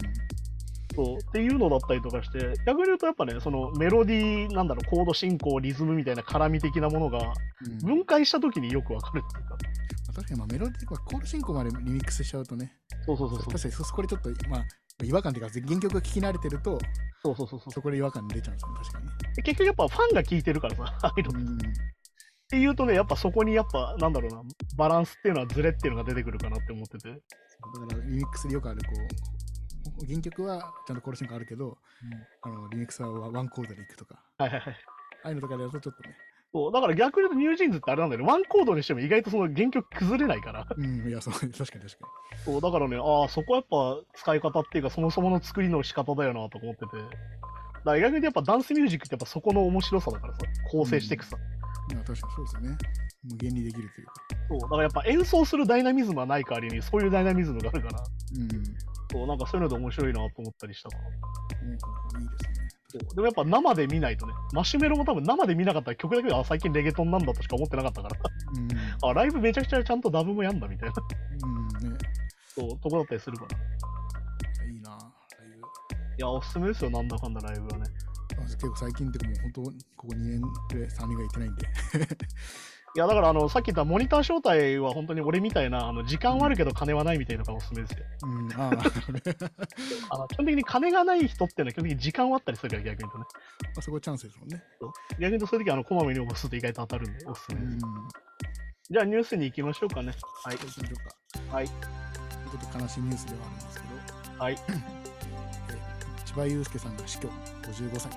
S2: そうっていうのだったりとかして逆に言うとやっぱねそのメロディーなんだろうコード進行リズムみたいな絡み的なものが
S3: うん
S2: 分解した時によくわかるっていうか
S3: まあ確かに、まあ、メロディーとかコール進行までリミックスしちゃうとね、
S2: そうそうそうそう
S3: 確かにそそこでちょっと、まあ、違和感っていうか、原曲が聴き慣れてると、
S2: そうそうそうそう
S3: そこで違和感出ちゃうんですね、確かにね。
S2: で結局やっぱファンが聞いてるからさアイドル
S3: うん
S2: っていうとね、やっぱそこにやっぱ、なんだろうな、バランスっていうのはズレっていうのが出てくるかなって思ってて。
S3: だからリミックスでよくあるこう原曲はちゃんとコールシンクあるけど、あのリミックスはワワンコードでいくとか
S2: はいはいはい。
S3: ああいうのとかでやるとちょっとね
S2: そう、だから逆に言うとニュージーンズってあれなんだよね。ワンコードにしても意外とその原曲崩れないから。
S3: うんいやそう 確かに確かに
S2: そう、だからね、ああ、そこはやっぱ使い方っていうか、そもそもの作りの仕方だよなとか思ってて。だから逆に言うとやっぱダンスミュージックってやっぱそこの面白さだからさ、構成していくさ。
S3: いや確かにそうですよね無限にできるというか
S2: そう、だからやっぱ演奏するダイナミズムはない代わりに、そういうダイナミズムがあるから、
S3: うん、うん
S2: そう、なんかそういうので面白いなと思ったりしたかな。
S3: いいですね
S2: そうでもやっぱ生で見ないとね、マシュメロも多分生で見なかったら曲だけで、あ、最近レゲトンなんだとしか思ってなかったから、
S3: うん。
S2: あ、ライブめちゃくちゃちゃんとダブもやんだみたいな、
S3: うんね。
S2: そう、とこだったりするから。
S3: いいなああいう
S2: いや、おすすめですよ、なんだかんだライブはね。
S3: あ結構最近ってかもう本当、ここ2年くらい3年が行ってないんで。
S2: いや、だからあの、さっき言ったモニター招待は本当に俺みたいな、あの時間はあるけど金はないみたいなのがおすすめですよ。
S3: うん、ああ、なるほどね
S2: あの基本的に金がない人っていうのは基本的に時間はあったりするから、逆に言うとね。
S3: あそこチャンスですもんね。
S2: 逆に言うとそういう時はあの、こまめに押すと意外と当たるんで、おすす
S3: う
S2: めです。
S3: ん。
S2: じゃあニュースに行きましょうかね。はい
S3: ど。うしましょうか。
S2: はい
S3: ちょっと悲しいニュースではあるんですけど、
S2: はい。
S3: え千葉雄介さんが死去、55歳ですね。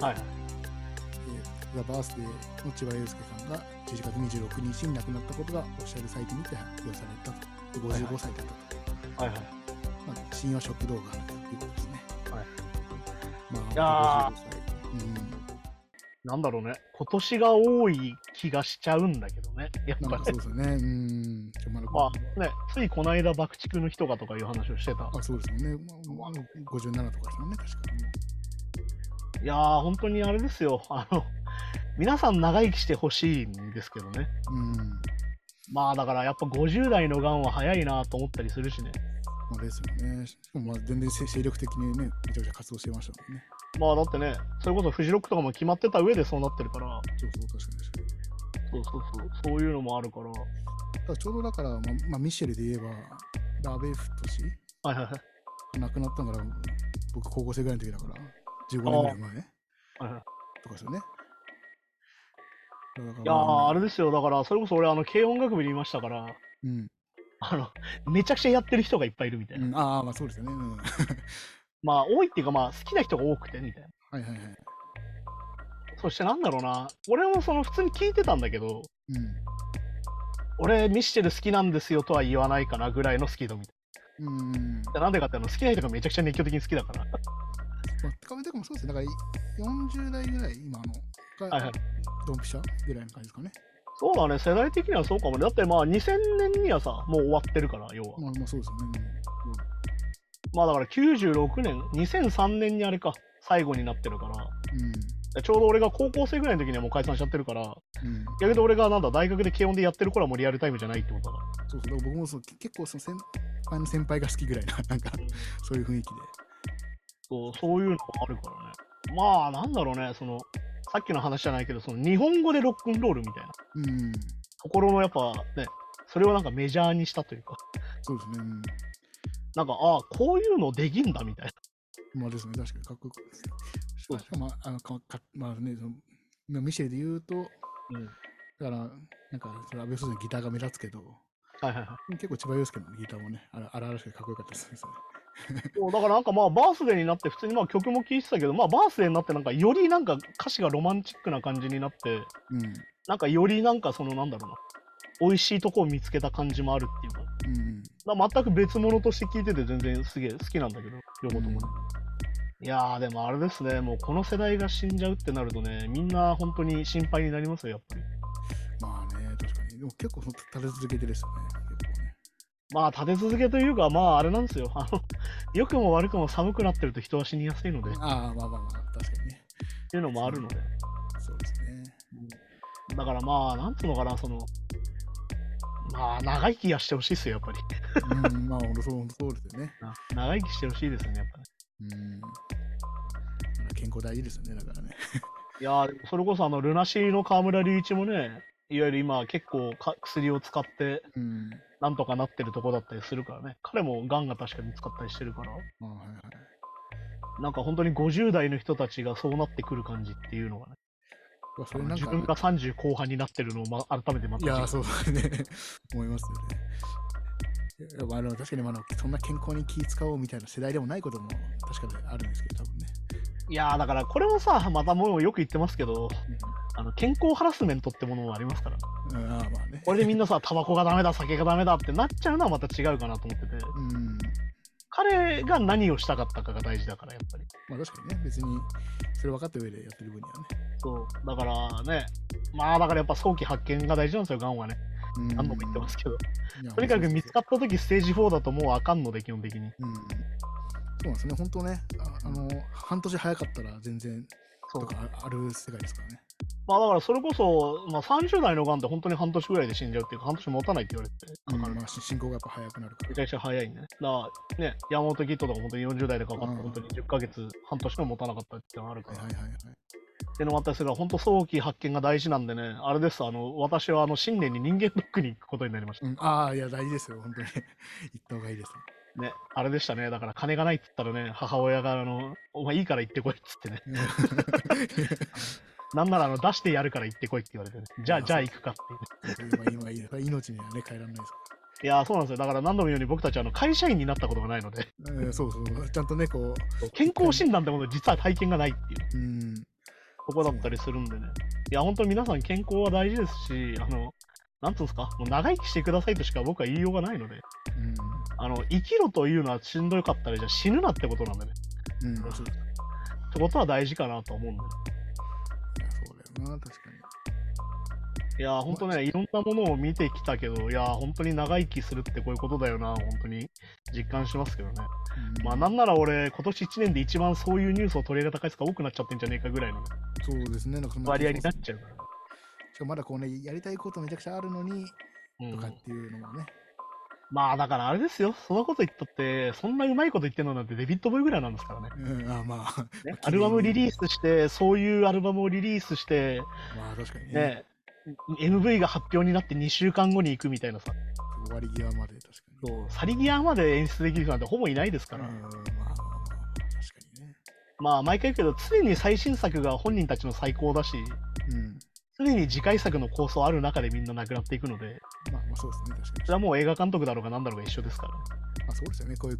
S2: はい。
S3: えーザ・バースデーの千葉雄介さんが11月26日に亡くなったことがオフィシャルサイトにて発表されたと。で
S2: はいはい
S3: 55歳だったと。
S2: はいはい。
S3: まあ、信用ショック動画ということですね。
S2: はい。い
S3: まあ、55歳。
S2: なんだろうね。今年が多い気がしちゃうんだけどね。やっ
S3: うん。な
S2: ぱ
S3: んかそ
S2: ね
S3: う。ですよね。うん。ちょまだ
S2: まあね、ついこの間、爆竹の人がとかいう話をしてた。
S3: あ、そうですもんね。まあ、まあ57とかですもんね、確か
S2: いやー、本当にあれですよ。あの、皆さん長生きしてほしいんですけどね。
S3: うん。ま
S2: まあだからやっぱ50代のがんは早いなと思ったりするしね。
S3: あ、ですよね。しかもまあ、全然せ精力的にね、めちゃくちゃ活動してましたもんね。
S2: まあだってね、それこそフジロックとかも決まってた上でそうなってるから、
S3: そうそう、確かに確か
S2: そ
S3: に。
S2: うそうそう、そういうのもあるから。は
S3: だからちょうどだから、まあ、まあ、ミッシェルで言えば、安倍太氏
S2: いはいはい。
S3: 亡くなったのが、僕、高校生ぐらいの時だから、15年ぐらい前
S2: はいはい
S3: とかですよね。い
S2: いやー、あれ
S3: れ
S2: ですよ。だから、それこそ俺、あの、軽音楽部にいましたから、
S3: うん。
S2: あの、めちゃくちゃやってる人がいっぱいいるみたいな。
S3: うん、ああ、まあそうですよね。うん、はい
S2: まあ、多いっていうか、まあ、好きな人が多くて、みたいな。
S3: はいはい。
S2: そしてなんだろうな、俺もその、普通に聞いてたんだけど、
S3: う
S2: 俺、ミッシェル好きなんですよとは言わないかなぐらいの好き度みたい
S3: ん。うん。ま
S2: な。なんでかって、あの、好きな人がめちゃくちゃ熱狂的に好きだから。
S3: あ、高めてもそうですね。だから、40代ぐらい、今の、
S2: はいは
S3: が
S2: い、
S3: ドンピシャぐらいの感じですかね。
S2: そうだね、世代的にはそうかもね。だってまあ2000年にはさ、もう終わってるから、要は。
S3: まあ、まあそうですよね。
S2: まあだから96年、2003年にあれか、最後になってるから、ちょうど俺が高校生ぐらいの時にはもう解散しちゃってるから、
S3: うん。うん。
S2: 逆に俺がなんだ、大学で軽音でやってる頃はもうリアルタイムじゃないってことだか
S3: そうそう。だから僕もそうけ結構、その先輩の先輩が好きぐらいな、なんか、
S2: ら、
S3: そういう雰囲気で。
S2: そうそういうのもあるからね。まあなんだろうね、その、さっきの話じゃないけど、その日本語でロックンロールみたいな
S3: うん。
S2: ところのやっぱね、それをなんかメジャーにしたというか、
S3: そうですね。うん。
S2: なんか、ああ、こういうのできんだみたいな。
S3: まあですね、確かにかっこよくですね。
S2: そう
S3: しかも、あの、かかまあね、そのまあミシェルで言うと、だから、なんか、それ安倍総理のギターが目立つけど、
S2: はいはいはい。
S3: 結構千葉祐介のギターもね、あら荒々しくてかっこよかったですね。それ
S2: そうだからなんかまあバースデーになって普通にまあ曲も聴いてたけどまあバースデーになってなんかよりなんか歌詞がロマンチックな感じになって
S3: うん。
S2: なんかよりなんかそのなんだろうな美味しいとこを見つけた感じもあるっていうか
S3: うん。
S2: だから全く別物として聴いてて全然すげえ好きなんだけど両方ともね、いやーでもあれですねもうこの世代が死んじゃうってなるとねみんな本当に心配になりますよやっぱり
S3: まあね、確かに。でも結構、その垂れ続けてですよね。結構ね。
S2: まあ立て続けというかまああれなんですよあの良くも悪くも寒くなってると人は死にやすいのでっ
S3: ああ、まあまあまあ、確かにね。
S2: ていうのもあるので
S3: そうですね。
S2: だからまあ、なんつうのかな、その、まあ、長生きはしてほしいですよ、やっぱり。
S3: うん、まあ、俺そう、本当そうですよね。
S2: 長生きしてほしいですよね、やっぱね。
S3: うん。健康大事ですよね、だからね。
S2: いやー、でもそれこそ、あの、ルナシーの河村隆一もね、いわゆる今、結構か薬を使って、
S3: うん。
S2: なんとかなってるとこだったりするからね。彼も癌が確か見つかったりしてるから、
S3: まあ、はいはい。
S2: なんか本当に50代の人たちがそうなってくる感じっていうのがね、
S3: まあ、それなん
S2: 自
S3: か、
S2: 分が30後半になってるのを、ま、改めてま
S3: い
S2: た
S3: やー、そうだね。 思いますよね。いやまあ、あの確かに、まああの、そんな健康に気使おうみたいな世代でもないことも確かにあるんですけど、多分ね。
S2: いやーだからこれもさ、またもうよく言ってますけど、あの健康ハラスメントってものもありますから。
S3: うん、うんあーまあね。
S2: これでみんなさ、タバコがダメだ、酒がダメだってなっちゃうのはまた違うかなと思ってて、
S3: うん。
S2: 彼が何をしたかったかが大事だから、やっぱり。
S3: まあ確かにね、別に、それ分かった上でやってる分にはね。
S2: そう。だからね、まあだからやっぱ早期発見が大事なんですよ、がんはね。
S3: うん
S2: 何度も言ってますけど。
S3: いや
S2: とにかく見つかった時ステージ4だともうあかんので、基本的に。
S3: うん。そうそうなんですね、本当ね、ああの、半年早かったら全然
S2: そ
S3: と
S2: う
S3: かあある世界ですからね。
S2: まあだからそれこそ、まあ、30代のがんって本当に半年ぐらいで死んじゃうっていうか半年持たないって言われて
S3: う
S2: か
S3: ん
S2: かる、
S3: まあ、し進行がやっぱ早くなるから
S2: めち。ゃくちゃ早いんでね。だからね、山本ギットとか本当に40代でかかって、
S3: うん
S2: 本当に10ヶ月、半年も持たなかったっていうのがあるか
S3: はい
S2: ら。
S3: はいはいはい。
S2: っていうのもあったりするから、本当早期発見が大事なんでね、あれです、あの、私はあの、新年に人間ドックに行くことになりまし
S3: うん、ああ、いや、大事ですよ、本当に。 行った方がいい です。
S2: た。ね、あれでしたね。だから金がないっつったらね、母親があの、お前いいから行ってこいっつってね。なんならあの、出してやるから行ってこいって言われてね。じゃあ、
S3: うん
S2: じゃあ行くかっていうね。
S3: 今、今いいです。命にはね、帰らないですか
S2: いやー、そうなんですよ。だから何度も言うように僕たちあの、会社員になったことがないので、
S3: ら。うん、そうそう。ちゃんとね、こ
S2: 健康診断ってもの実は体験がないっていう。
S3: う、うん、
S2: とこだったりするんでね。いや、本当に皆さん健康は大事ですし、あの、なんつうんですか、もう長生きしてくださいとしか僕は言いようがないので、
S3: うん、
S2: あの、生きろというのはしんどかったら、じゃあ死ぬなってことなんでね。
S3: うん、
S2: ん
S3: そう
S2: ってことは大事かなと思うんで。
S3: いやそうだよな、確かに。
S2: いや、本当ね、いろんなものを見てきたけど、いや、本当に長生きするってこういうことだよな、本当に実感しますけどね。
S3: うん
S2: まあ、なんなら俺、今年1年で一番そういうニュースを取り上げた回数が多くなっちゃってんじゃねえかぐらいのね
S3: そうですね、なんかそんな
S2: 割合になっちゃうから。
S3: しかもまだこうね、やりたいことめちゃくちゃあるのに、
S2: うん
S3: とかっていうのもね、
S2: まあだからあれですよ、そんなこと言ったって、そんなうまいこと言ってんのなんてデビッド・ボーイぐらいなんですからね。
S3: うん、あ まあ、
S2: ね
S3: 綺麗に
S2: アルバムリリースして、そういうアルバムをリリースして、
S3: まあ確かにね、
S2: ね、MV が発表になって2週間後に行くみたいなさ、
S3: 終わり際まで確かに。
S2: そう去り際まで演出できる人なんてほぼいないですか
S3: うん、
S2: ら、
S3: まあまあまあ、確かにね。
S2: まあ毎回言うけど、常に最新作が本人たちの最高だし、
S3: うん、
S2: 常に次回作の構想ある中でみんな亡くなっていくので、
S3: まあまあそうですね、確かに
S2: それ。はもう映画監督だろうが何だろうが一緒ですから、
S3: まあそうですよね、こういう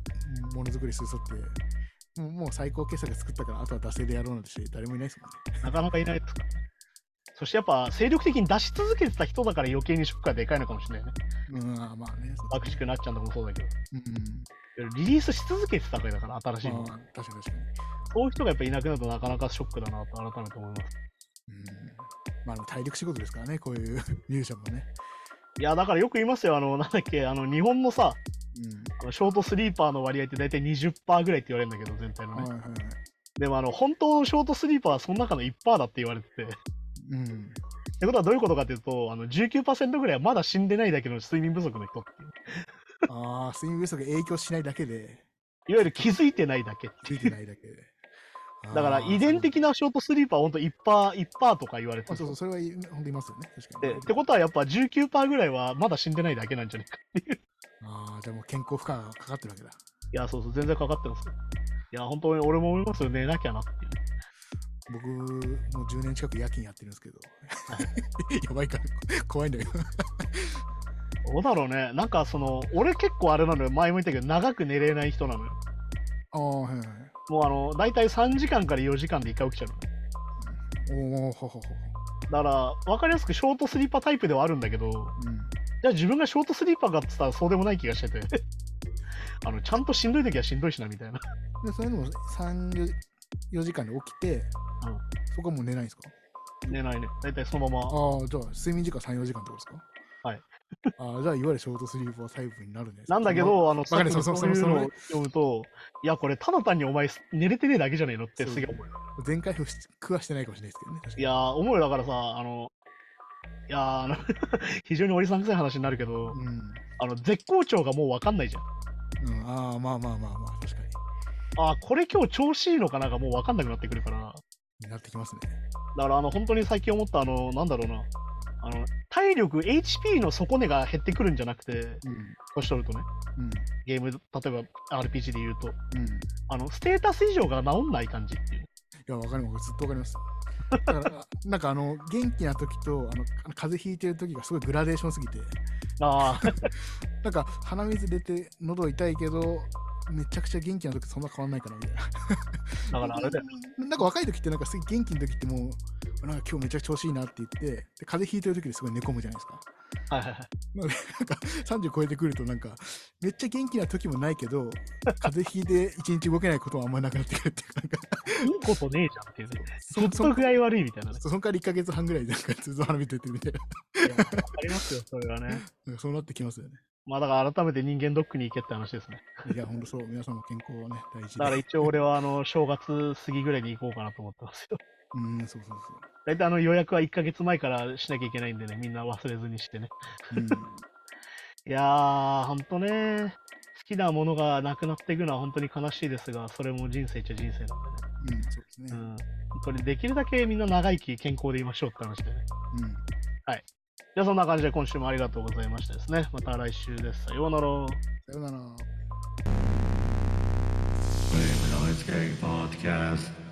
S3: ものづくりする人って、もうもう最高傑作作ったから、あとは惰性でやろうなんてして誰もいないですもんね。
S2: なかなかいないですからね。そしてやっぱ精力的に出し続けてた人だから余計にショックがでかいのかもしれないね。
S3: うん、あまあね、そう
S2: 爆しくなっちゃうのもそうだけど。
S3: うん、
S2: リリースし続けてたからだから、新しいの、
S3: まあ確かに確かに。
S2: そういう人がやっぱいなくなるとなかなかショックだなと改めて思います。
S3: うん、まあでも体力仕事ですからね、こういう ミュージシャンもね。
S2: いや、だからよく言いますよ、あの、なんだっけ、あの、日本のさ、
S3: うん
S2: あのショートスリーパーの割合って大体20%ぐらいって言われるんだけど、全体の
S3: はい
S2: ね。
S3: はいはい。
S2: でも、あの、本当のショートスリーパーはその中の1%だって言われてて。って
S3: うん。
S2: ことはどういうことかっていうと、あの、19%ぐらいはまだ死んでないだけの睡眠不足の人っていう。
S3: ああ、睡眠不足が影響しないだけで、
S2: いわゆる気づいてないだけ。
S3: ついてないだ けで。
S2: だから、
S3: あー
S2: 遺伝的なショートスリーパーは本当1%、1%とか言われてて
S3: あそうそう、それはい本当いますよね、確かに。
S2: ってことはやっぱ19%ぐらいはまだ死んでないだけなんじゃないか。
S3: ああ、じゃあもう健康負荷がかかってるわけだ。
S2: いや、そうそう、全然かかってますよ。いや、本当に俺も思いますよ、寝なきゃなっていう。
S3: 僕、もう10年近く夜勤やってるんですけど、 やばいから、怖いんだけど。
S2: どうだろうね、なんかその、俺結構あれなのよ、前も言ったけど、長く寝れない人なのよ。
S3: ああ、はいはい。
S2: もうあの、大体3時間から4時間で1回起きちゃうのね。
S3: おお、ほほほほ。
S2: だから、分かりやすくショートスリーパータイプではあるんだけど、
S3: うん。
S2: じゃあ自分がショートスリーパーかって言ったらそうでもない気がしてて。 あのちゃんとしんどい時はしんどいしなみたいな。
S3: で、それでも3、4 4時間で起きて、そこはもう寝ないんですか
S2: 寝ないね。大体そのまま。
S3: ああ、じゃあ睡眠時間3、4時間ってことですか
S2: はい。
S3: ああ、じゃあいわゆるショートスリーパータイプになるんです
S2: なんだけ、ど、あの、
S3: かる
S2: スタッフ
S3: その
S2: が
S3: そ
S2: そう
S3: の
S2: いうのを読むと、いや、これただ単にお前寝れてねえだけじゃねえのってすげえ思う。
S3: 全回復し食わしてないかもしれないですけどね。確か
S2: い
S3: に
S2: やー、思うよ、だからさ、あの、いやーあの 非常におりさんくさい話になるけど、あの、絶好調がもうわかんないじゃん。
S3: うん。うん、ああ、まあまあまあまあ、確か
S2: あー、これ今日調子いいのかながもうわかんなくなってくるから、
S3: に。なってきますね。
S2: だからあの、本当に最近思った、あの、なんだろうな、あの、体力、HP の底値が減ってくるんじゃなくて、
S3: うん。
S2: 年取るとね、
S3: うん。
S2: ゲーム、例えば RPG で言うと、
S3: うん。い
S2: あの、ステータス以上が治んない感じっていう。
S3: や、わかります。ずっとわかります。だから、なんかあの、元気な時と、あの、あの風邪ひいてる時がすごいグラデーションすぎて、
S2: あー
S3: なんか鼻水出て、喉痛いけど、めちゃくちゃ元気な時とそんな変わんないかなみたいな。
S2: だからあれだよ。
S3: なんか若い時って、なんかすごい元気の時ってもう、なんか今日めちゃくちゃ調子いいなって言って、で風邪ひいてる時ですごい寝込むじゃないですか。
S2: はい はいはい。
S3: 30超えてくるとなんかめっちゃ元気な時もないけど風邪ひいて一日動けないことはあんまりなくなってくるっていうかなんか
S2: いいことねえじゃんっていうね。
S3: そ
S2: ずっと具合悪いみたいなね。
S3: そそんから1か月半ぐらいでなんかずっと鼻水出てるみたいな
S2: いやわかりますよ、それはね。
S3: なんかそうなってきますよね。
S2: まあだから改めて人間ドックに行けって話ですね。
S3: いや、本当そう、皆さんも健康はね、大事
S2: だから
S3: で。
S2: 一応俺はあの、正月過ぎぐらいに行こうかなと思ってますよ。
S3: うん、そうそうそう。
S2: 大体あの予約は1ヶ月前からしなきゃいけないんでね、みんな忘れずにしてね。
S3: うん、
S2: いやー、ほんとね、好きなものがなくなっていくのは本当に悲しいですが、それも人生っちゃ人生なんでね。
S3: うん、そうですね。
S2: う
S3: う
S2: ん。
S3: ん
S2: 本当にできるだけみんな長生き、健康でいましょうって話でね。じゃあそんな感じで今週もありがとうございましたですね。また来週です。さようなら。
S3: さよなら。
S1: Flame and Ice Gang Podcast.